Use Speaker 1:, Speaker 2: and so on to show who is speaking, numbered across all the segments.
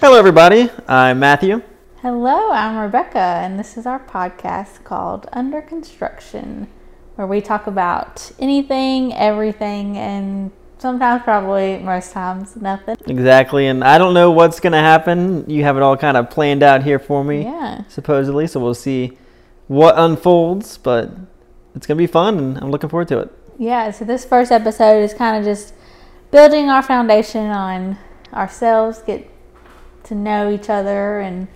Speaker 1: Hello, everybody. I'm Matthew.
Speaker 2: Hello, I'm Rebecca, and this is our podcast called Under Construction, where we talk about anything, everything, and sometimes, probably most times, nothing.
Speaker 1: Exactly. And I don't know what's going to happen. You have it all kind of planned out here for me,
Speaker 2: Yeah.
Speaker 1: supposedly. So we'll see what unfolds, but it's going to be fun, and I'm looking forward to it.
Speaker 2: Yeah, so this first episode is kind of just building our foundation on ourselves, get to know each other, and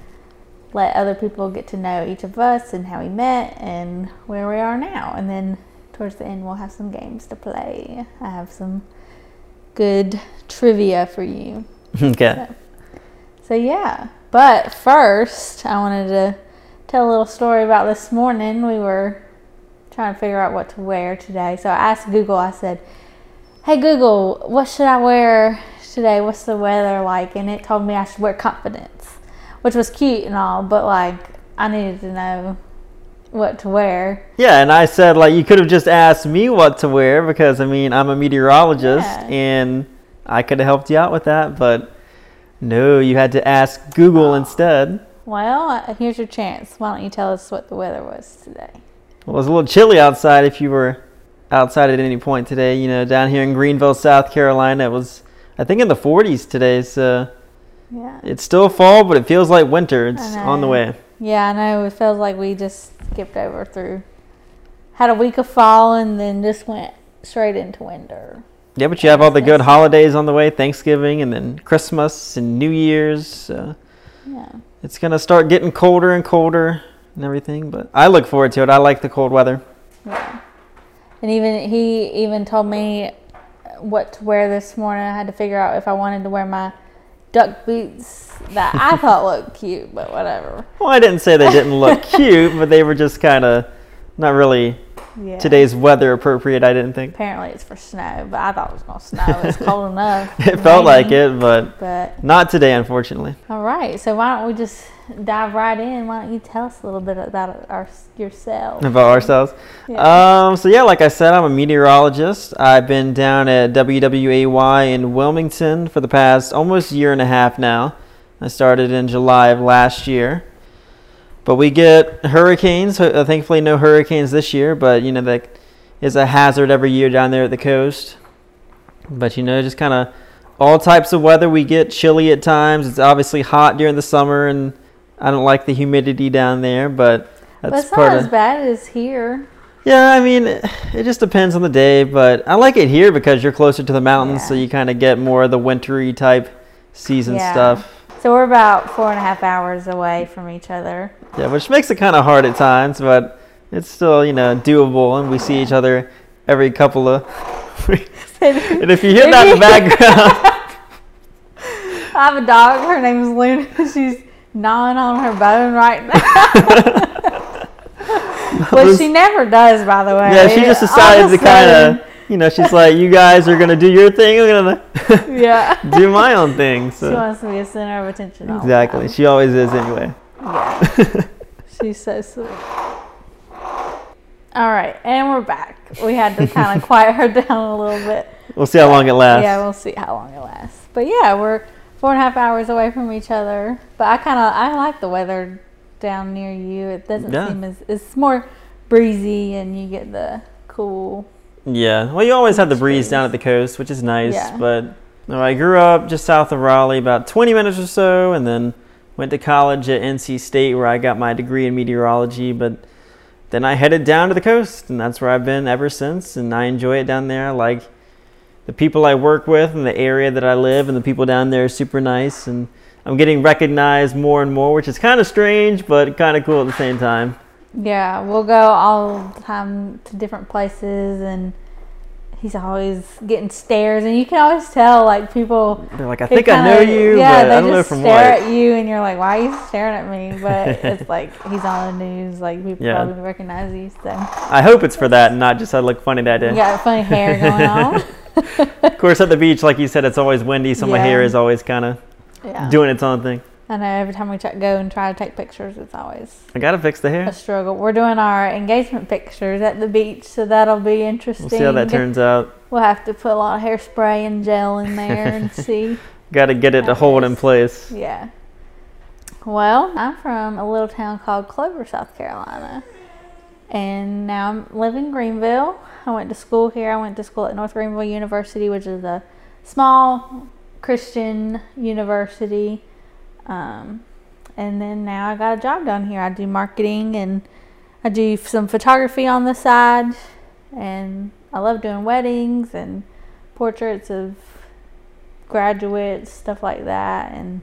Speaker 2: let other people get to know each of us and how we met and where we are now. And then towards the end, we'll have some games to play. I have some good trivia for you.
Speaker 1: okay.
Speaker 2: So, yeah, but first, I wanted to tell a little story about this morning. We were trying to figure out what to wear today. So, I asked Google, I said, Hey Google, what should I wear today? What's the weather like? And it told me I should wear confidence, which was cute and all, but like, I needed to know what to wear.
Speaker 1: Yeah. And I said, like, you could have just asked me what to wear because, I mean, I'm a meteorologist
Speaker 2: Yeah.
Speaker 1: and I could have helped you out with that, but no, you had to ask Google
Speaker 2: Oh.
Speaker 1: instead.
Speaker 2: Well, uh, here's your chance. Why don't you tell us what the weather was today?
Speaker 1: Well, it was a little chilly outside if you were outside at any point today. You know, down here in Greenville, South Carolina, it was, I think, in the 40s today. So
Speaker 2: Yeah.
Speaker 1: it's still fall, but it feels like winter. It's
Speaker 2: I
Speaker 1: on the
Speaker 2: know.
Speaker 1: way.
Speaker 2: Yeah, I know. It feels like we just skipped over through, had a week of fall, and then just went straight into winter.
Speaker 1: Yeah, but you have all the good holidays on the way Thanksgiving and then Christmas and New Year's. So
Speaker 2: Yeah.
Speaker 1: it's going to start getting colder and colder and everything. But I look forward to it. I like the cold weather.
Speaker 2: Yeah. And even he even told me what to wear this morning. I had to figure out if I wanted to wear my duck boots that I thought looked cute, but whatever.
Speaker 1: Well, I didn't say they didn't look cute, but they were just kind of not really
Speaker 2: Yeah.
Speaker 1: today's weather appropriate, I didn't think.
Speaker 2: Apparently it's for snow, but I thought it was gonna snow. It's cold enough.
Speaker 1: It felt like
Speaker 2: Rainy.
Speaker 1: it, but
Speaker 2: But
Speaker 1: Not today, unfortunately.
Speaker 2: all right, so why don't we just dive right in? Why don't you tell us a little bit about our, yourself?
Speaker 1: About ourselves. Um, so yeah, like I said, I'm a meteorologist. I've been down at WWAY in Wilmington for the past almost year and a half now. I started in July of last year. But we get hurricanes. Ho- uh, Thankfully, no hurricanes this year. But you know that is a hazard every year down there at the coast. But you know, just kind of all types of weather. We get chilly at times. It's obviously hot during the summer, and I don't like the humidity down there. But
Speaker 2: But
Speaker 1: that's
Speaker 2: it's not
Speaker 1: part
Speaker 2: as
Speaker 1: of.
Speaker 2: bad as here.
Speaker 1: Yeah, I mean, it it just depends on the day. But I like it here because you're closer to the mountains, so
Speaker 2: Yeah.
Speaker 1: you kind of get more of the wintry type season
Speaker 2: Yeah.
Speaker 1: stuff.
Speaker 2: So we're about four and a half hours away from each other.
Speaker 1: Yeah, which makes it kind of hard at times, but it's still, you know, doable, and we see each other every couple of weeks. And if you hear that in the background,
Speaker 2: I have a dog. Her name's Luna. She's gnawing on her bone right now. Which she never does, by the way.
Speaker 1: yeah, she just
Speaker 2: All of
Speaker 1: decided to
Speaker 2: a
Speaker 1: kind of, you know, she's like, you guys are going to do your thing, I'm going
Speaker 2: sudden-
Speaker 1: to
Speaker 2: Yeah.
Speaker 1: do my own thing.
Speaker 2: She
Speaker 1: So,
Speaker 2: wants to be a center of attention. all the
Speaker 1: exactly. She always is anyway.
Speaker 2: time. Yeah. She's so sweet. All right, and we're back. We had to kind of quiet her down a little bit.
Speaker 1: We'll see how long it lasts.
Speaker 2: Yeah, we'll see how long it lasts. But yeah, we're four and a half hours away from each other. But I kind of I like the weather down near you. It doesn't
Speaker 1: Yeah.
Speaker 2: seem as it's more breezy, and you get the cool.
Speaker 1: Yeah. Well, you always have the breeze
Speaker 2: Breeze.
Speaker 1: down at the coast, which is nice.
Speaker 2: Yeah.
Speaker 1: But no, I grew up just south of Raleigh, about 20 minutes or so, and then went to college at NC State where I got my degree in meteorology. But then I headed down to the coast, and that's where I've been ever since. And I enjoy it down there. I like the people I work with and the area that I live, and the people down there are super nice. And I'm getting recognized more and more, which is kind of strange, but kind of cool at the same time.
Speaker 2: Yeah, we'll go all the time to different places, and he's always getting stares, and you can always tell like people.
Speaker 1: They're like, I
Speaker 2: who
Speaker 1: think I know
Speaker 2: kinda-
Speaker 1: you,
Speaker 2: yeah,
Speaker 1: but
Speaker 2: they
Speaker 1: I don't know
Speaker 2: just
Speaker 1: from what.
Speaker 2: stare at you, and you're like, "Why are you staring at me?" But it's like he's on the news, like people
Speaker 1: Yeah.
Speaker 2: probably recognize you. So
Speaker 1: I hope it's for that and not just I look funny that day.
Speaker 2: You got funny hair going on.
Speaker 1: Of course, at the beach, like you said, it's always windy, so my
Speaker 2: Yeah.
Speaker 1: hair is always kind of
Speaker 2: yeah.
Speaker 1: doing its own thing.
Speaker 2: I know every time we try, go and try to take pictures, it's always
Speaker 1: I gotta fix the hair.
Speaker 2: a struggle. We're doing our engagement pictures at the beach, so that'll be interesting.
Speaker 1: We'll see how that turns out.
Speaker 2: We'll have to put a lot of hairspray and gel in there and see.
Speaker 1: Gotta get it to hold in place.
Speaker 2: Yeah. Well, I'm from a little town called Clover, South Carolina. And now I'm living in Greenville. I went to school here. I went to school at North Greenville University, which is a small Christian university. Um, and then now I got a job down here. I do marketing and I do some photography on the side. And I love doing weddings and portraits of graduates, stuff like that. And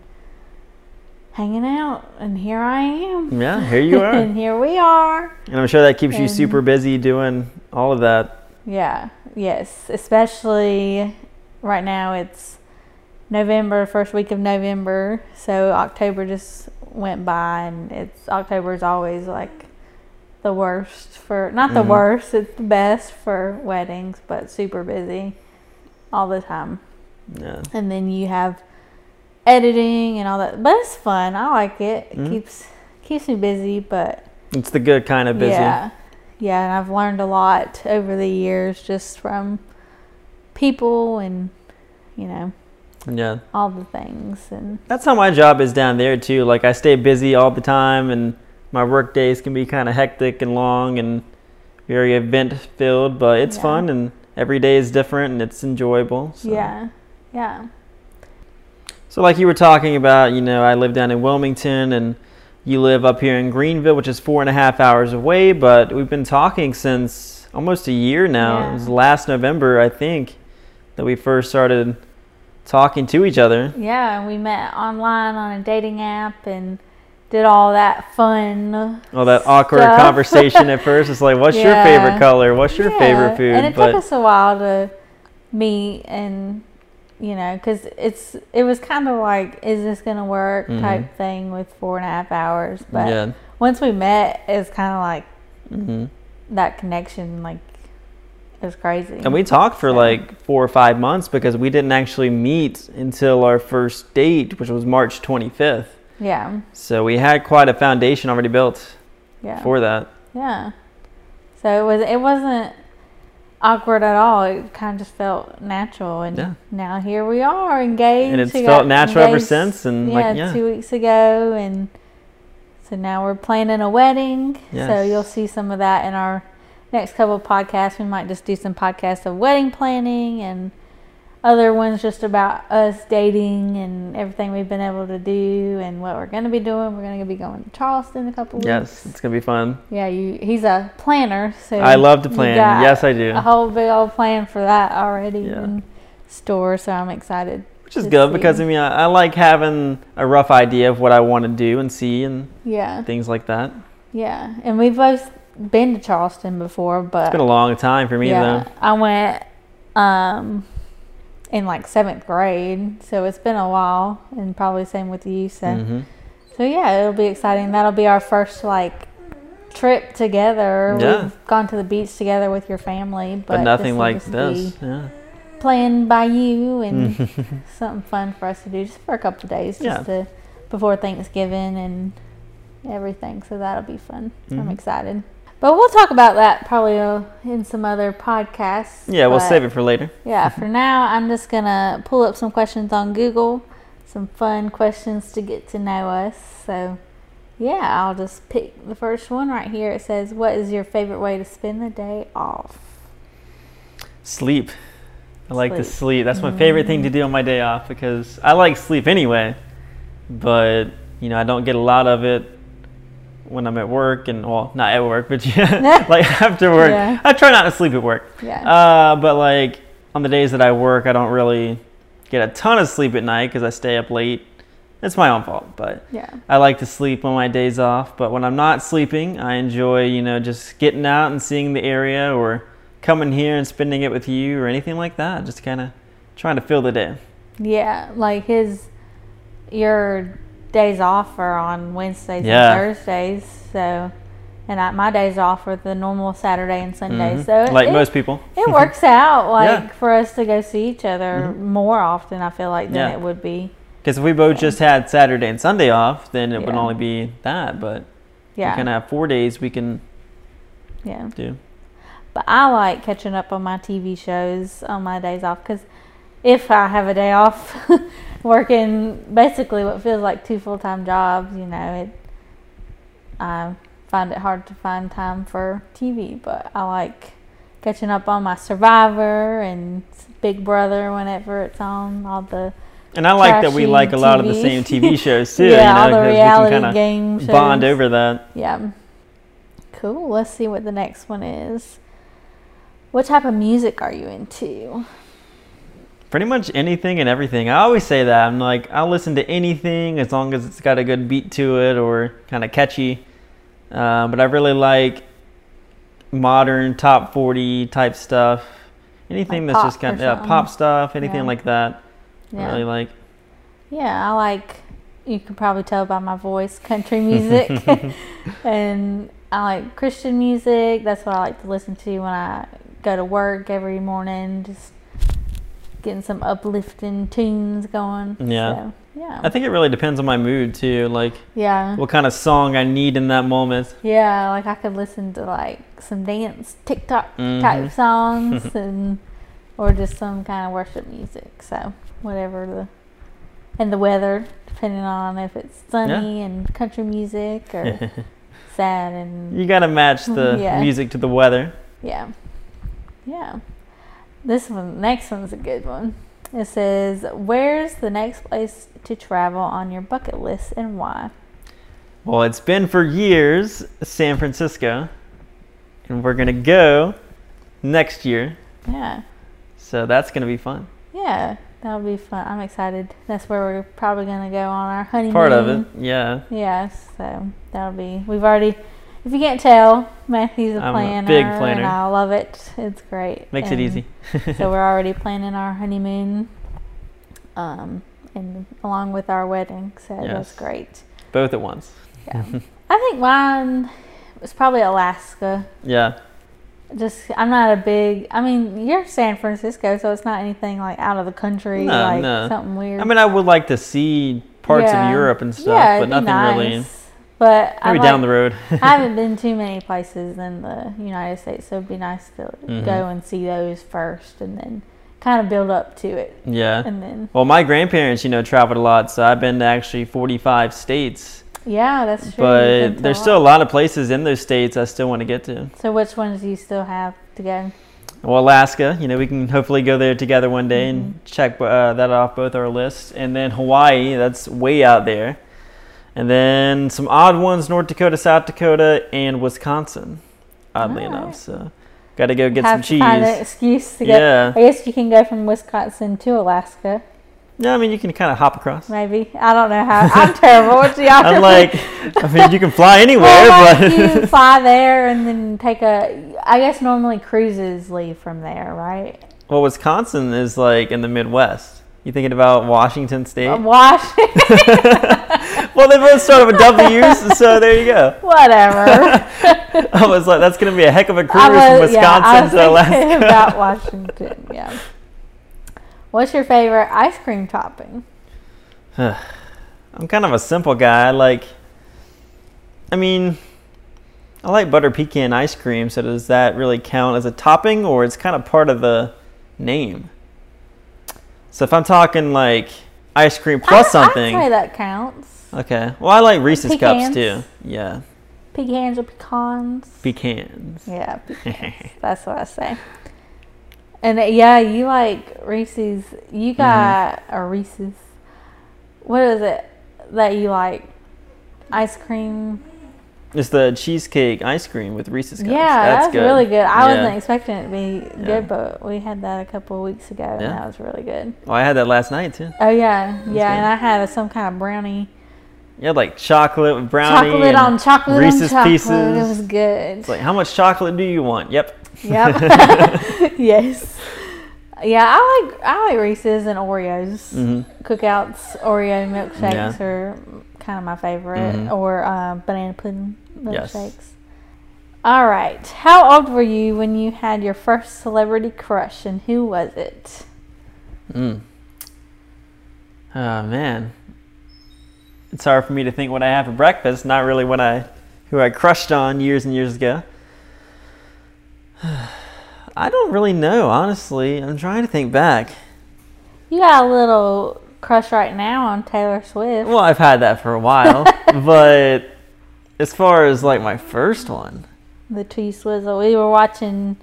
Speaker 2: hanging out. And here I am.
Speaker 1: Yeah, here you are.
Speaker 2: and here we are.
Speaker 1: And I'm sure that keeps you
Speaker 2: And-
Speaker 1: super busy doing all of that.
Speaker 2: Yeah, yes. Especially right now, it's November, first week of November. So October just went by, and it's October is always like the worst for not the
Speaker 1: Mhm.
Speaker 2: worst, it's the best for weddings, but super busy all the time.
Speaker 1: Yeah.
Speaker 2: And then you have editing and all that, but it's fun. I like it. It
Speaker 1: Mhm.
Speaker 2: keeps keeps me busy, but
Speaker 1: It's the good kind of busy.
Speaker 2: yeah. Yeah, and I've learned a lot over the years just from people and you know,
Speaker 1: yeah.
Speaker 2: all the things and
Speaker 1: That's how my job is down there too. Like I stay busy all the time and my work days can be kind of hectic and long and very event filled, but it's
Speaker 2: Yeah.
Speaker 1: fun and every day is different and it's enjoyable. So.
Speaker 2: yeah. Yeah.
Speaker 1: So, like you were talking about, you know, I live down in Wilmington and you live up here in Greenville, which is four and a half hours away, but we've been talking since almost a year now. It
Speaker 2: Yeah.
Speaker 1: was last November, I think, that we first started talking to each other.
Speaker 2: Yeah, and we met online on a dating app and did all that fun.
Speaker 1: All that awkward
Speaker 2: stuff.
Speaker 1: conversation at first. It's like, what's your
Speaker 2: Yeah.
Speaker 1: favorite color? What's your
Speaker 2: Yeah,
Speaker 1: favorite food?
Speaker 2: And it
Speaker 1: but
Speaker 2: took us a while to meet and you know, because it's it was kind of like, is this gonna work type thing with four and a half hours. But
Speaker 1: Mm-hmm. yeah,
Speaker 2: once we met, it's kind of like
Speaker 1: hmm
Speaker 2: that connection like it was crazy
Speaker 1: and we talked for
Speaker 2: So-
Speaker 1: like four or five months because we didn't actually meet until our first date, which was March 25th.
Speaker 2: yeah
Speaker 1: So we had quite a foundation already built
Speaker 2: yeah
Speaker 1: for that.
Speaker 2: yeah so it was it wasn't awkward at all it kind of just felt natural and
Speaker 1: Yeah.
Speaker 2: now here we are engaged
Speaker 1: And it's
Speaker 2: We
Speaker 1: felt
Speaker 2: got
Speaker 1: natural ever
Speaker 2: engaged,
Speaker 1: since, and,
Speaker 2: yeah,
Speaker 1: like, yeah.
Speaker 2: two weeks ago and so now we're planning a wedding so
Speaker 1: Yes.
Speaker 2: you'll see some of that in our next couple of podcasts we might just do some podcasts of wedding planning and other ones just about us dating and everything we've been able to do and what we're going to be doing. We're going to be going to Charleston in a couple weeks.
Speaker 1: Yes, it's gonna be fun.
Speaker 2: Yeah, you. He's a planner, so
Speaker 1: I love to
Speaker 2: you
Speaker 1: plan.
Speaker 2: got
Speaker 1: Yes, I do.
Speaker 2: A whole big old plan for that already
Speaker 1: Yeah.
Speaker 2: in store, so I'm excited.
Speaker 1: Which is
Speaker 2: to
Speaker 1: good because
Speaker 2: see.
Speaker 1: I mean I, I like having a rough idea of what I want to do and see and
Speaker 2: Yeah,
Speaker 1: things like that.
Speaker 2: yeah, and we've both been to Charleston before, but
Speaker 1: It's been a long time for me
Speaker 2: yeah,
Speaker 1: though.
Speaker 2: I went um in like seventh grade, so it's been a while, and probably same with you. So.
Speaker 1: hmm
Speaker 2: So yeah, it'll be exciting. That'll be our first like trip together.
Speaker 1: Yeah.
Speaker 2: We've gone to the beach together with your family, but,
Speaker 1: But nothing
Speaker 2: will
Speaker 1: like
Speaker 2: just
Speaker 1: this.
Speaker 2: be
Speaker 1: Yeah.
Speaker 2: Planned by you and something fun for us to do just for a couple of days, just
Speaker 1: Mm. Yeah.
Speaker 2: to, before Thanksgiving and everything. So that'll be fun. I'm
Speaker 1: Mhm.
Speaker 2: excited. But we'll talk about that probably uh, in some other podcasts.
Speaker 1: Yeah, we'll
Speaker 2: but-
Speaker 1: save it for later.
Speaker 2: yeah, for now, I'm just going to pull up some questions on Google, some fun questions to get to know us. So, yeah, I'll just pick the first one right here. It says, What is your favorite way to spend the day off?
Speaker 1: Sleep. I like to sleep. That's my favorite
Speaker 2: Mm.
Speaker 1: thing to do on my day off because I like sleep anyway. But, you know, I don't get a lot of it when I'm at work and, well, not at work, but yeah, like after work.
Speaker 2: Yeah.
Speaker 1: I try not to sleep at work.
Speaker 2: Yeah.
Speaker 1: Uh, but, like, on the days that I work, I don't really get a ton of sleep at night because I stay up late. It's my own fault, but
Speaker 2: yeah.
Speaker 1: I like to sleep on my days off, but when I'm not sleeping, I enjoy, you know, just getting out and seeing the area or coming here and spending it with you or anything like that. Just kind of trying to fill the day.
Speaker 2: Yeah. Like his, your days off are on Wednesdays
Speaker 1: Yeah.
Speaker 2: and Thursdays. So, and I, my days off are the normal Saturday and Sunday. So, it-
Speaker 1: Mm-hmm. like
Speaker 2: it-
Speaker 1: most people.
Speaker 2: it works out like
Speaker 1: Yeah. Mm-hmm.
Speaker 2: for us to go see each other more often i feel like than
Speaker 1: Yeah.
Speaker 2: it would be
Speaker 1: Because if we both just had Saturday and Sunday off, then it would
Speaker 2: Yeah.
Speaker 1: only be that. But
Speaker 2: yeah
Speaker 1: we kind of have four days we can
Speaker 2: yeah
Speaker 1: do.
Speaker 2: but i like catching up on my tv shows on my days off because if I have a day off, working basically what feels like two full time jobs. You know, it. I find it hard to find time for TV, but I like catching up on my Survivor and Big Brother whenever it's on. All the
Speaker 1: And I like that we
Speaker 2: Trashy
Speaker 1: like a lot of the
Speaker 2: TV.
Speaker 1: same TV shows too. you
Speaker 2: yeah,
Speaker 1: know,
Speaker 2: all the
Speaker 1: 'cause we
Speaker 2: reality
Speaker 1: can kind
Speaker 2: game
Speaker 1: of
Speaker 2: shows.
Speaker 1: bond over that.
Speaker 2: Yeah. Cool. Let's see what the next one is. What type of music are you into?
Speaker 1: Pretty much anything and everything. I always say that. I'm like, I'll listen to anything as long as it's got a good beat to it or kind of catchy. Uh, but I really like modern top 40 type stuff. Anything
Speaker 2: Like
Speaker 1: that's
Speaker 2: pop
Speaker 1: just kind of
Speaker 2: or
Speaker 1: yeah,
Speaker 2: something.
Speaker 1: pop stuff, anything
Speaker 2: Yeah.
Speaker 1: like that. I
Speaker 2: Yeah.
Speaker 1: really like.
Speaker 2: Yeah, I like you can probably tell by my voice, country music. and I like Christian music. That's what I like to listen to when I go to work every morning, just getting some uplifting tunes going.
Speaker 1: Yeah.
Speaker 2: So, yeah.
Speaker 1: I think it really depends on my mood too. Like,
Speaker 2: Uh-huh. yeah.
Speaker 1: what kind of song I need in that moment.
Speaker 2: Yeah, like I could listen to like some dance TikTok
Speaker 1: Mhm.
Speaker 2: type songs and or just some kind of worship music. So whatever the and the weather, depending on if it's sunny and country music or sad and
Speaker 1: You gotta match the
Speaker 2: Yeah.
Speaker 1: music to the weather.
Speaker 2: yeah, yeah. This one, next one's a good one. It says, "Where's the next place to travel on your bucket list and why?"
Speaker 1: Well, it's been for years, San Francisco, and we're gonna go next year.
Speaker 2: Yeah.
Speaker 1: So that's gonna be fun.
Speaker 2: Yeah, that'll be fun. I'm excited. That's where we're probably gonna go on our honeymoon.
Speaker 1: Part of it,
Speaker 2: Mm-hmm.
Speaker 1: yeah.
Speaker 2: Yeah, so that'll be. We've already. If you can't tell, Matthew's a
Speaker 1: I'm a
Speaker 2: planner.
Speaker 1: big planner.
Speaker 2: And I love it. It's great.
Speaker 1: Makes
Speaker 2: And
Speaker 1: it easy.
Speaker 2: so we're already planning our honeymoon, um, and along with our wedding. So
Speaker 1: Yes.
Speaker 2: that's great.
Speaker 1: Both at once.
Speaker 2: Yeah, I think mine was probably Alaska.
Speaker 1: Yeah.
Speaker 2: Just I'm not a big. I mean, you're San Francisco, so it's not anything like out of the country,
Speaker 1: No,
Speaker 2: like
Speaker 1: no.
Speaker 2: something weird.
Speaker 1: I mean, I would like to see parts
Speaker 2: Yeah.
Speaker 1: of Europe and stuff,
Speaker 2: Yeah,
Speaker 1: but
Speaker 2: it'd be
Speaker 1: nothing really.
Speaker 2: nice. But
Speaker 1: Maybe
Speaker 2: I'm
Speaker 1: down the
Speaker 2: like-
Speaker 1: road.
Speaker 2: I haven't been too many places in the United States, so it'd be nice to
Speaker 1: Mhm.
Speaker 2: go and see those first, and then kind of build up to it,
Speaker 1: yeah.
Speaker 2: and then
Speaker 1: Well, my grandparents, you know, traveled a lot, so I've been to actually 45 states.
Speaker 2: yeah, that's true. You've been
Speaker 1: but
Speaker 2: to
Speaker 1: there's
Speaker 2: a
Speaker 1: still a
Speaker 2: lot.
Speaker 1: lot of places in those states I still want to get to.
Speaker 2: So which ones do you still have to go?
Speaker 1: Well, Alaska, you know, we can hopefully go there together one day
Speaker 2: Mm-hmm.
Speaker 1: and check uh, that off both our lists. And then Hawaii, that's way out there. And then some odd ones North Dakota, South Dakota, and Wisconsin, oddly
Speaker 2: All
Speaker 1: enough.
Speaker 2: right.
Speaker 1: So, got to go get
Speaker 2: have
Speaker 1: some
Speaker 2: to find an
Speaker 1: cheese.
Speaker 2: excuse to go.
Speaker 1: Yeah.
Speaker 2: I guess you can go from Wisconsin to Alaska,
Speaker 1: Yeah, I mean, you can kind of hop across.
Speaker 2: maybe. I don't know how. I'm terrible. What do y'all?
Speaker 1: I'm like, I mean, you can fly anywhere,
Speaker 2: Well, like
Speaker 1: but.
Speaker 2: you fly there and then take a. I guess normally cruises leave from there, right?
Speaker 1: well, Wisconsin is like in the Midwest. You thinking about Washington State?
Speaker 2: Uh, Washington,
Speaker 1: well, they both start with W's, so there you go.
Speaker 2: whatever.
Speaker 1: I was like, that's going to be a heck of a cruise
Speaker 2: I
Speaker 1: from
Speaker 2: was- yeah, I was
Speaker 1: Wisconsin to
Speaker 2: thinking
Speaker 1: Alaska.
Speaker 2: about Washington. Yeah. What's your favorite ice cream topping?
Speaker 1: I'm kind of a simple guy. I like, I mean, I like butter pecan ice cream, so does that really count as a topping or it's kind of part of the name? So if I'm talking like ice cream plus
Speaker 2: I,
Speaker 1: something.
Speaker 2: I'd say that counts.
Speaker 1: okay. Well, I like Reese's cups
Speaker 2: Pecans.
Speaker 1: too. Yeah.
Speaker 2: Pecans or pecans.
Speaker 1: Pecans.
Speaker 2: yeah, pecans. That's what I say. And uh, yeah, you like Reese's. You
Speaker 1: Mm-hmm.
Speaker 2: got a Reese's. What is it that you like? Ice cream.
Speaker 1: It's the cheesecake ice cream with Reese's cups.
Speaker 2: Yeah,
Speaker 1: that's
Speaker 2: that's really good. I
Speaker 1: Yeah.
Speaker 2: wasn't expecting it to be
Speaker 1: Yeah.
Speaker 2: good, but we had that a couple of weeks ago, and
Speaker 1: Yeah.
Speaker 2: that was really good.
Speaker 1: Well, I had that last night too.
Speaker 2: Oh yeah, yeah,
Speaker 1: good.
Speaker 2: and I had a, some kind of brownie,
Speaker 1: You had like chocolate with brownie.
Speaker 2: chocolate
Speaker 1: and
Speaker 2: on chocolate
Speaker 1: Reese's
Speaker 2: on chocolate.
Speaker 1: pieces.
Speaker 2: It was good.
Speaker 1: It's like, how much chocolate do you want? Yep.
Speaker 2: yep. yes. Yeah, I like I like Reese's and Oreos.
Speaker 1: Mm-hmm.
Speaker 2: Cookouts, Oreo milkshakes
Speaker 1: Yeah.
Speaker 2: are kind of my favorite,
Speaker 1: Mhm.
Speaker 2: or uh, banana pudding
Speaker 1: Yes.
Speaker 2: milkshakes. All right. How old were you when you had your first celebrity crush, and who was it?
Speaker 1: Mm. Oh man, it's hard for me to think what I had for breakfast. Not really what I, who I crushed on years and years ago. I don't really know, honestly. I'm trying to think back.
Speaker 2: You got a little crush right now on Taylor Swift.
Speaker 1: Well, I've had that for a while, but as far as like my first one,
Speaker 2: The Tea Swizzle. We were watching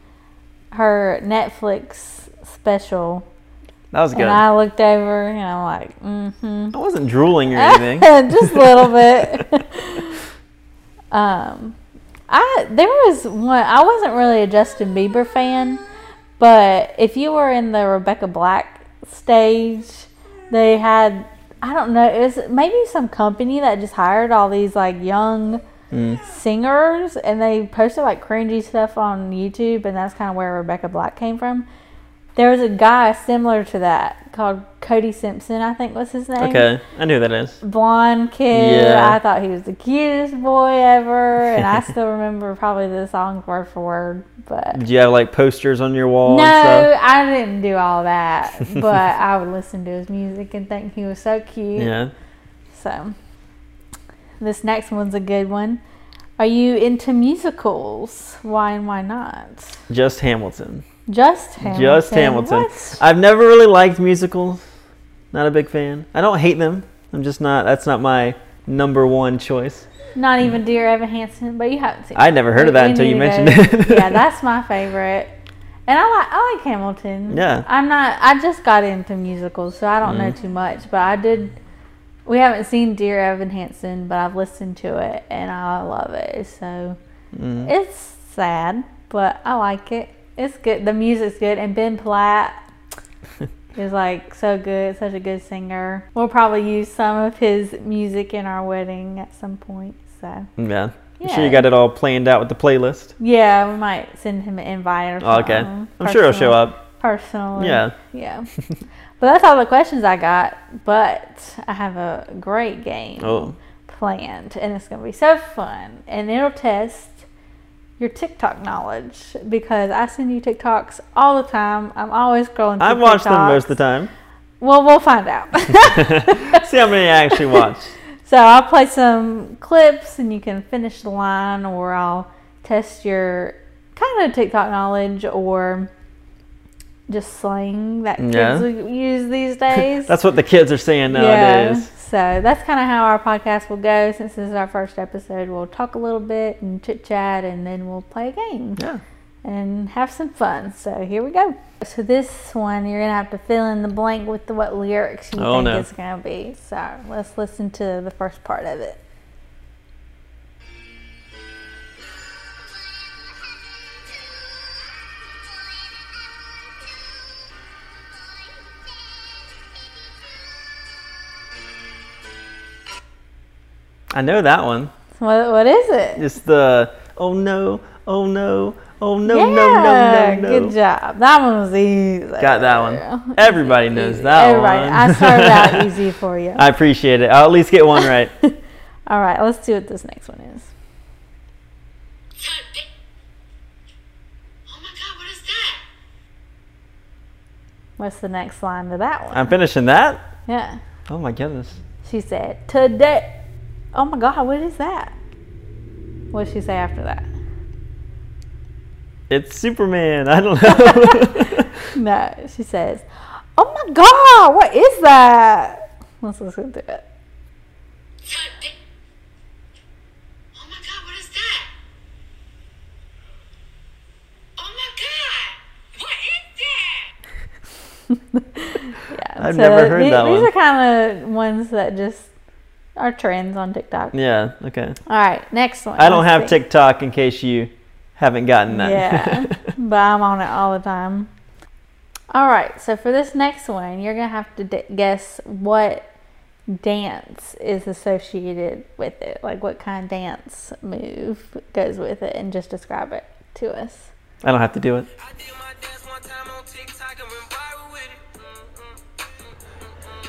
Speaker 2: her Netflix special,
Speaker 1: that was good.
Speaker 2: and
Speaker 1: I,
Speaker 2: I looked over and I'm like, mm-hmm.
Speaker 1: wasn't drooling or anything.
Speaker 2: just a little bit. um, I there was one. I wasn't really a Justin Bieber fan, but if you were in the Rebecca Black stage, they had I don't know. It was maybe some company that just hired all these like young
Speaker 1: Hmm.
Speaker 2: singers, and they posted like cringy stuff on YouTube, and that's kind of where Rebecca Black came from. There was a guy similar to that called Cody Simpson, I think was his name
Speaker 1: okay, I knew who that is.
Speaker 2: blonde kid.
Speaker 1: Yeah.
Speaker 2: I thought he was the cutest boy ever, and I still remember probably the song word for word. But
Speaker 1: Did you have like posters on your wall
Speaker 2: no,
Speaker 1: and stuff?
Speaker 2: I didn't do all that. But I would listen to his music and think he was so cute.
Speaker 1: Yeah.
Speaker 2: So this next one's a good one. Are you into musicals? Why and why not?
Speaker 1: Just Hamilton.
Speaker 2: Just Hamilton.
Speaker 1: Just Hamilton.
Speaker 2: What?
Speaker 1: I've never really liked musicals. Not a big fan. I don't hate them. I'm just not. That's not my number one choice.
Speaker 2: Not even Dear Evan Hansen, but you haven't seen.
Speaker 1: I never heard of
Speaker 2: We-
Speaker 1: that
Speaker 2: we
Speaker 1: until you
Speaker 2: need
Speaker 1: mentioned
Speaker 2: those.
Speaker 1: it.
Speaker 2: yeah, that's my favorite. And I like I like Hamilton.
Speaker 1: Yeah. Mm-hmm.
Speaker 2: I'm not I just got into musicals, so I don't know too much, but I did we haven't seen Dear Evan Hansen, but I've listened to it and I love it. So
Speaker 1: Mm-hmm. Hmm,
Speaker 2: it's sad, but I like it. It's good. The music's good and Ben Platt is like so good, such a good singer. We'll probably use some of his music in our wedding at some point. So
Speaker 1: yeah. I'm sure
Speaker 2: Yeah.
Speaker 1: you got it all planned out with the playlist.
Speaker 2: yeah, we might send him an invite or
Speaker 1: Oh,
Speaker 2: something.
Speaker 1: okay. I'm sure it'll show
Speaker 2: Uh-huh. Personal-
Speaker 1: up.
Speaker 2: Personally.
Speaker 1: Yeah.
Speaker 2: Yeah. but that's all the questions I got. But I have a great game
Speaker 1: Oh.
Speaker 2: planned, and it's gonna be so fun, and it'll test your TikTok knowledge because I send you TikToks all the time. I'm always scrolling. Through
Speaker 1: I've watched them most of the
Speaker 2: TikToks.
Speaker 1: time.
Speaker 2: Well, we'll find out.
Speaker 1: See how many I actually watched.
Speaker 2: So I'll play some clips and you can finish the line, or I'll test your kind of TikTok knowledge or just slang that kids
Speaker 1: Yeah.
Speaker 2: use these days.
Speaker 1: That's what the kids are saying nowadays.
Speaker 2: So that's kind of how our podcast will go. Since this is our first episode, we'll talk a little bit and chit chat, and then we'll play a game
Speaker 1: Yeah.
Speaker 2: and have some fun. So here we go. So this one, you're gonna have to fill in the blank with the, what lyrics you
Speaker 1: Oh,
Speaker 2: think
Speaker 1: no.
Speaker 2: it's gonna be. So let's listen to the first part of it.
Speaker 1: I know that one.
Speaker 2: What, what is it?
Speaker 1: It's the oh no, oh no, oh no, no, no,
Speaker 2: Yeah,
Speaker 1: no, no.
Speaker 2: Good job. That one was easy.
Speaker 1: Got that one. Everybody knows that
Speaker 2: Everybody,
Speaker 1: one.
Speaker 2: I started out easy for you.
Speaker 1: I appreciate it. I'll at least get one right.
Speaker 2: All right, let's see what this next one is.
Speaker 3: God da- Oh my god, what is that?
Speaker 2: What's the next line to that one?
Speaker 1: I'm finishing that.
Speaker 2: yeah.
Speaker 1: Oh my goodness.
Speaker 2: She said, today. Oh my God, what is that? What did she say after that?
Speaker 1: It's Superman. I don't know.
Speaker 2: No, she says, oh my God, what is that? Let's listen to it.
Speaker 3: God da- Oh my god, what is that? Oh my god! What is that?
Speaker 2: Yeah,
Speaker 1: I've never heard
Speaker 2: the-
Speaker 1: that
Speaker 2: These
Speaker 1: one.
Speaker 2: are kind of ones that just are trends on TikTok.
Speaker 1: yeah, okay.
Speaker 2: All right, next one.
Speaker 1: I don't
Speaker 2: Let's
Speaker 1: have
Speaker 2: see.
Speaker 1: TikTok in case you haven't gotten that.
Speaker 2: Yeah, but I'm on it all the time. All right, so for this next one, you're gonna have to d- guess what dance is associated with it, like what kind of dance move goes with it, and just describe it to us.
Speaker 1: I don't have to do it.
Speaker 4: I did my dance one time on TikTok and went viral with it.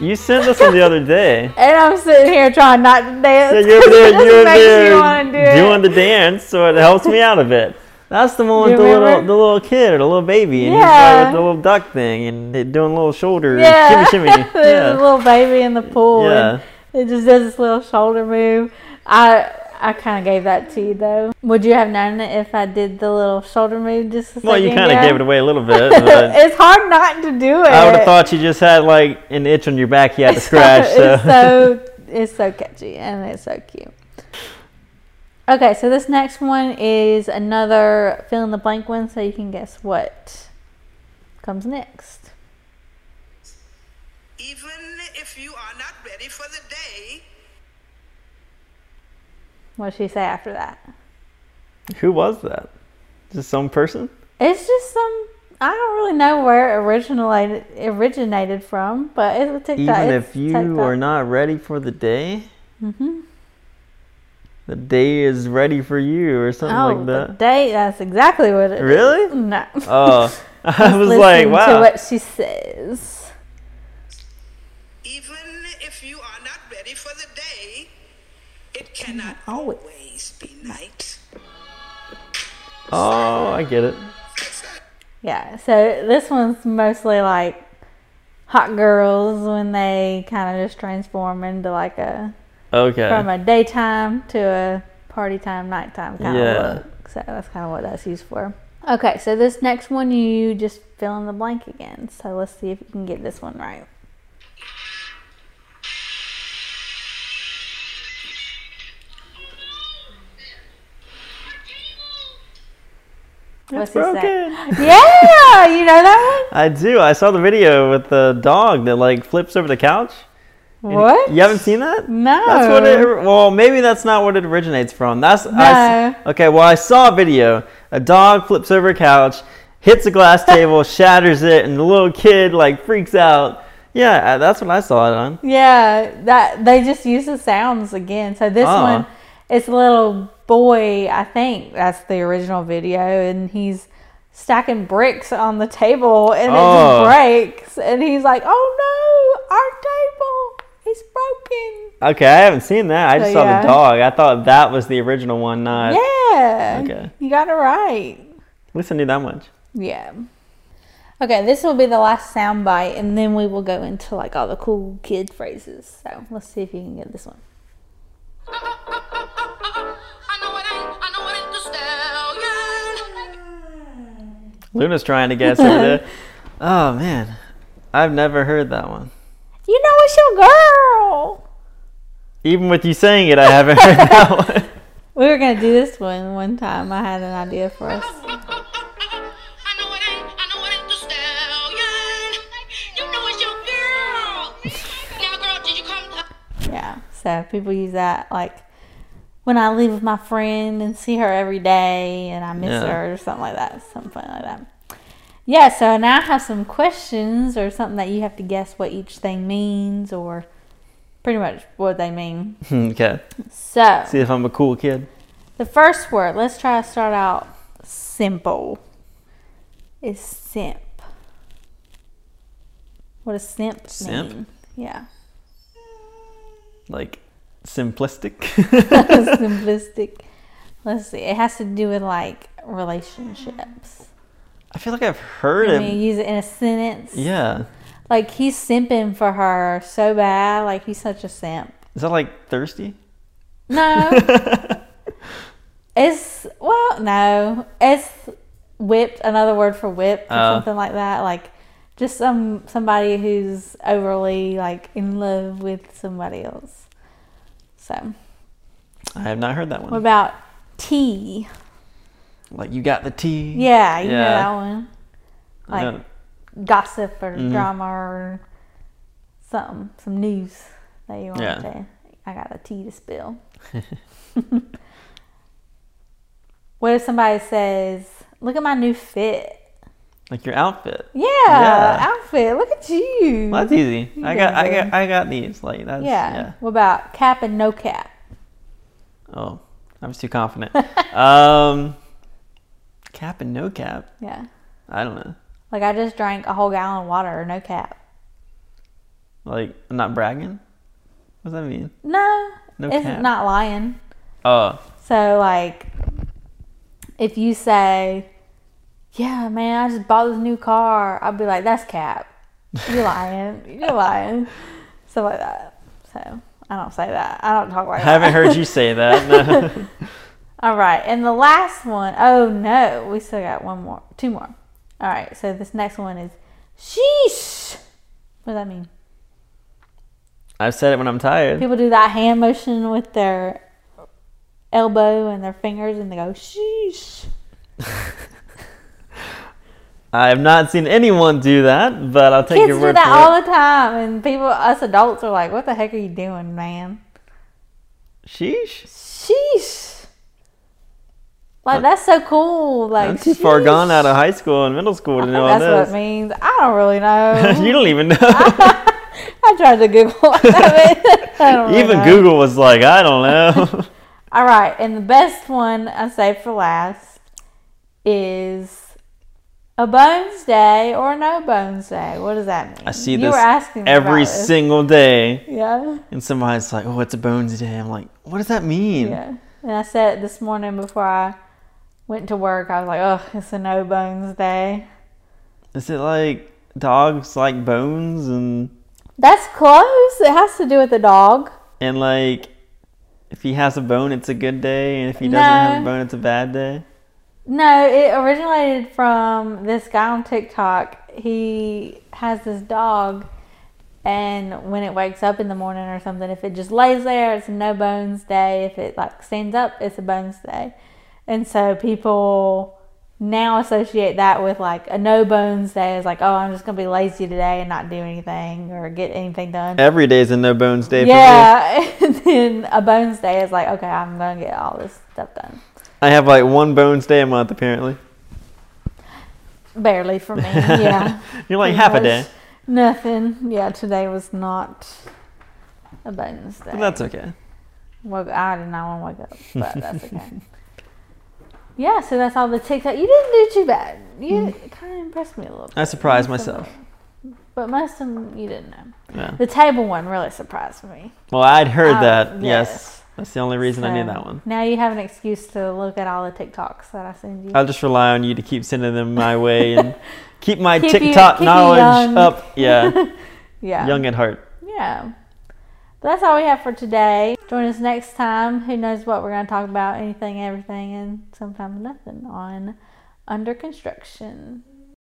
Speaker 1: You sent this one the other day.
Speaker 2: And I'm sitting here trying not to dance.
Speaker 1: Yeah, you're
Speaker 2: 'cause
Speaker 1: there,
Speaker 2: it just
Speaker 1: you're
Speaker 2: makes
Speaker 1: there
Speaker 2: You wanna do
Speaker 1: doing
Speaker 2: it.
Speaker 1: the dance, so it helps me out a bit. That's the one with
Speaker 2: You
Speaker 1: the little,
Speaker 2: remember?
Speaker 1: the little kid or the little baby, and he's
Speaker 2: Yeah.
Speaker 1: like with the little duck thing and they doing little shoulder
Speaker 2: yeah,
Speaker 1: shimmy shimmy.
Speaker 2: There's a
Speaker 1: Yeah.
Speaker 2: little baby in the pool. and
Speaker 1: Yeah.
Speaker 2: It just does this little shoulder move. I I kind of gave that to you though. Would you have known it if I did the little shoulder move just a
Speaker 1: Well, you
Speaker 2: second
Speaker 1: kind of
Speaker 2: ago?
Speaker 1: gave it away a little bit. But
Speaker 2: it's hard not to do it.
Speaker 1: I would have thought you just had like an itch on your back you had to scratch. So,
Speaker 2: it's so it's so catchy and it's so cute. Okay, so this next one is another fill in the blank one, so you can guess what comes next.
Speaker 4: Even if you are not ready for the day,
Speaker 2: What does she say after that?
Speaker 1: who was that? Just some person?
Speaker 2: It's just some. I don't really know where it originated originated from, but it's a TikTok.
Speaker 1: Even
Speaker 2: it's Mm-hmm.
Speaker 1: if you
Speaker 2: TikTok.
Speaker 1: are not ready for the day, the day is ready for you, or something
Speaker 2: oh,
Speaker 1: like
Speaker 2: the
Speaker 1: that.
Speaker 2: date. That's exactly what it is.
Speaker 1: Really?
Speaker 2: No.
Speaker 1: Oh, I
Speaker 2: Let's
Speaker 1: was like,
Speaker 2: listen
Speaker 1: wow.
Speaker 2: To what she says.
Speaker 4: even if you are not ready for the day, it cannot
Speaker 2: always.
Speaker 4: always be night.
Speaker 1: Oh, I get it.
Speaker 2: Yeah, so this one's mostly like hot girls when they kind of just transform into like a
Speaker 1: Okay.
Speaker 2: from a daytime to a party time, nighttime kind
Speaker 1: Yeah.
Speaker 2: of look. So that's kind of what that's used for. Okay, so this next one you just fill in the blank again. So let's see if you can get this one right. What's it say?
Speaker 1: Broken.
Speaker 2: Yeah, you know that
Speaker 1: I do. I saw the video with the dog that like flips over the couch.
Speaker 2: one. What?
Speaker 1: You haven't seen that?
Speaker 2: No.
Speaker 1: That's what it. Well, maybe that's not what it originates from. That's I s-
Speaker 2: No.
Speaker 1: okay. Well, I saw a video. A dog flips over a couch, hits a glass table, shatters it, and the little kid like freaks out. Yeah, I- that's what I saw it on.
Speaker 2: Yeah, that they just use the sounds again. So this
Speaker 1: Oh.
Speaker 2: one, it's a little boy. I think that's the original video, and he's stacking bricks on the table, and
Speaker 1: Oh.
Speaker 2: it just breaks, and he's like, "Oh no, our table is broken."
Speaker 1: Okay, I haven't seen that. I just
Speaker 2: So,
Speaker 1: saw
Speaker 2: yeah.
Speaker 1: the dog. I thought that was the original one. Not
Speaker 2: Yeah,
Speaker 1: okay.
Speaker 2: you got it right.
Speaker 1: at least I knew that much.
Speaker 2: Yeah. Okay, this will be the last sound bite, and then we will go into like all the cool kid phrases. So let's see if you can get this one.
Speaker 3: I know it ain't, I know it ain't the stallion.
Speaker 1: Luna's trying to guess over there. Oh man, I've never heard that one.
Speaker 2: You know it's your girl.
Speaker 1: Even with you saying it, I haven't heard that one.
Speaker 2: We were gonna do this one one time. I had an idea for us.
Speaker 3: I know it ain't, I know it ain't the stallion. You know it's your girl. Now, girl, did you come to?
Speaker 2: Yeah. So people use that like when I leave with my friend and see her every day and I miss
Speaker 1: Yeah.
Speaker 2: her or something like that. Something like that. Yeah, so now I have some questions or something that you have to guess what each thing means or pretty much what they mean.
Speaker 1: okay,
Speaker 2: So
Speaker 1: see if I'm a cool kid.
Speaker 2: the first word, let's try to start out simple. Is simp. What does simp,
Speaker 1: Simp?
Speaker 2: mean? Yeah.
Speaker 1: like simplistic.
Speaker 2: simplistic. Let's see. It has to do with like relationships.
Speaker 1: I feel like I've heard
Speaker 2: I
Speaker 1: it.
Speaker 2: mean, use it in a sentence.
Speaker 1: yeah.
Speaker 2: Like he's simping for her so bad. Like he's such a simp.
Speaker 1: Is that like thirsty?
Speaker 2: No, it's well, no, it's whipped. Another word for whipped or
Speaker 1: Oh.
Speaker 2: something like that. Like just some somebody who's overly like in love with somebody else. So,
Speaker 1: I have not heard that
Speaker 2: what
Speaker 1: one.
Speaker 2: about tea?
Speaker 1: Like you got the tea.
Speaker 2: Yeah, you know
Speaker 1: Yeah.
Speaker 2: that one.
Speaker 1: I
Speaker 2: Like
Speaker 1: know-
Speaker 2: gossip or
Speaker 1: Mm-hmm.
Speaker 2: drama or something, some news that you want
Speaker 1: Yeah.
Speaker 2: to. I got a tea to spill. what if somebody says, "Look at my new fit."
Speaker 1: like your outfit.
Speaker 2: Yeah,
Speaker 1: Yeah.
Speaker 2: outfit. Look at Mm-hmm. you.
Speaker 1: Well, that's easy. I got, I
Speaker 2: Yeah.
Speaker 1: got, I got these. Like that's
Speaker 2: yeah.
Speaker 1: yeah.
Speaker 2: What about cap and no cap?
Speaker 1: Oh, I was too confident. um, cap and no cap.
Speaker 2: Yeah.
Speaker 1: I don't know.
Speaker 2: Like I just drank a whole gallon of water, no cap.
Speaker 1: Like I'm not bragging. What does that mean?
Speaker 2: No,
Speaker 1: No
Speaker 2: it's
Speaker 1: cap.
Speaker 2: not lying.
Speaker 1: Oh,
Speaker 2: So like, if you say, "Yeah, man, I just bought this new car," I'll be like, "That's cap. You're lying. You're lying." Stuff like that. So I don't say that. I don't talk like
Speaker 1: I
Speaker 2: that.
Speaker 1: haven't heard you say that. No.
Speaker 2: All right, and the last one, oh no, we still got one more, two more. All right, so this next one is sheesh. What does that mean?
Speaker 1: I've said it when I'm tired.
Speaker 2: People do that hand motion with their elbow and their fingers, and they go sheesh.
Speaker 1: I have not seen anyone do that, but I'll take
Speaker 2: Kids
Speaker 1: your
Speaker 2: do
Speaker 1: word
Speaker 2: that
Speaker 1: for
Speaker 2: all the time, and people, us adults, are like, "What the heck are you doing, man?"
Speaker 1: it. Sheesh.
Speaker 2: Sheesh. Like that's so cool. Like
Speaker 1: Uh, I'm too far
Speaker 2: sheesh.
Speaker 1: gone out of high school and middle school to know all
Speaker 2: That's what it
Speaker 1: this.
Speaker 2: means. I don't really know.
Speaker 1: you don't even know.
Speaker 2: I tried to Google that, but I don't really
Speaker 1: even
Speaker 2: know.
Speaker 1: Google was like, I don't know.
Speaker 2: All right, and the best one I saved for last is a bones day or no bones day. What does that mean?
Speaker 1: I see
Speaker 2: you
Speaker 1: this
Speaker 2: were asking me
Speaker 1: every
Speaker 2: about this.
Speaker 1: single day.
Speaker 2: yeah
Speaker 1: And somebody's like, oh, it's a bones day. I'm like, what does that mean?
Speaker 2: yeah. And I said it this morning before I went to work. I was like, oh, it's a no bones day.
Speaker 1: Is it like dogs like bones and
Speaker 2: That's close. It has to do with the dog.
Speaker 1: and like if he has a bone, it's a good day, and if he doesn't have a
Speaker 2: No.
Speaker 1: bone, it's a bad day?
Speaker 2: No, it originated from this guy on TikTok. He has this dog, and when it wakes up in the morning or something, if it just lays there, it's a no bones day. If it like stands up, it's a bones day. And so people now associate that with like a no bones day is like, oh, I'm just gonna be lazy today and not do anything or get anything done.
Speaker 1: Every day's a no bones day for me.
Speaker 2: Yeah, and then a bones day is like, okay, I'm gonna get all this stuff done.
Speaker 1: I have like one bones day a month apparently.
Speaker 2: Barely for me, yeah.
Speaker 1: You're like half a
Speaker 2: Pretty
Speaker 1: day.
Speaker 2: much Nothing. Yeah, today was not a bonus day.
Speaker 1: But that's okay.
Speaker 2: Woke- I did not want to wake up, but that's okay. yeah, so that's all the TikTok. You didn't do too bad. You kind of impressed me a little bit.
Speaker 1: Hmm. I surprised
Speaker 2: Most of
Speaker 1: myself.
Speaker 2: them. But most of them you didn't know.
Speaker 1: Yeah.
Speaker 2: The table one really surprised me.
Speaker 1: Well, I'd heard
Speaker 2: Oh,
Speaker 1: that. Yes.
Speaker 2: yes.
Speaker 1: That's the only reason I knew
Speaker 2: So
Speaker 1: that one.
Speaker 2: Now you have an excuse to look at all the TikToks that I send you.
Speaker 1: I'll just rely on you to keep sending them my way and keep my
Speaker 2: Keep you-
Speaker 1: TikTok
Speaker 2: keep you young.
Speaker 1: knowledge up. Yeah.
Speaker 2: yeah.
Speaker 1: young at heart.
Speaker 2: Yeah. But that's all we have for today. Join us next time. Who knows what we're going to talk about? Anything, everything, and sometimes nothing on Under Construction.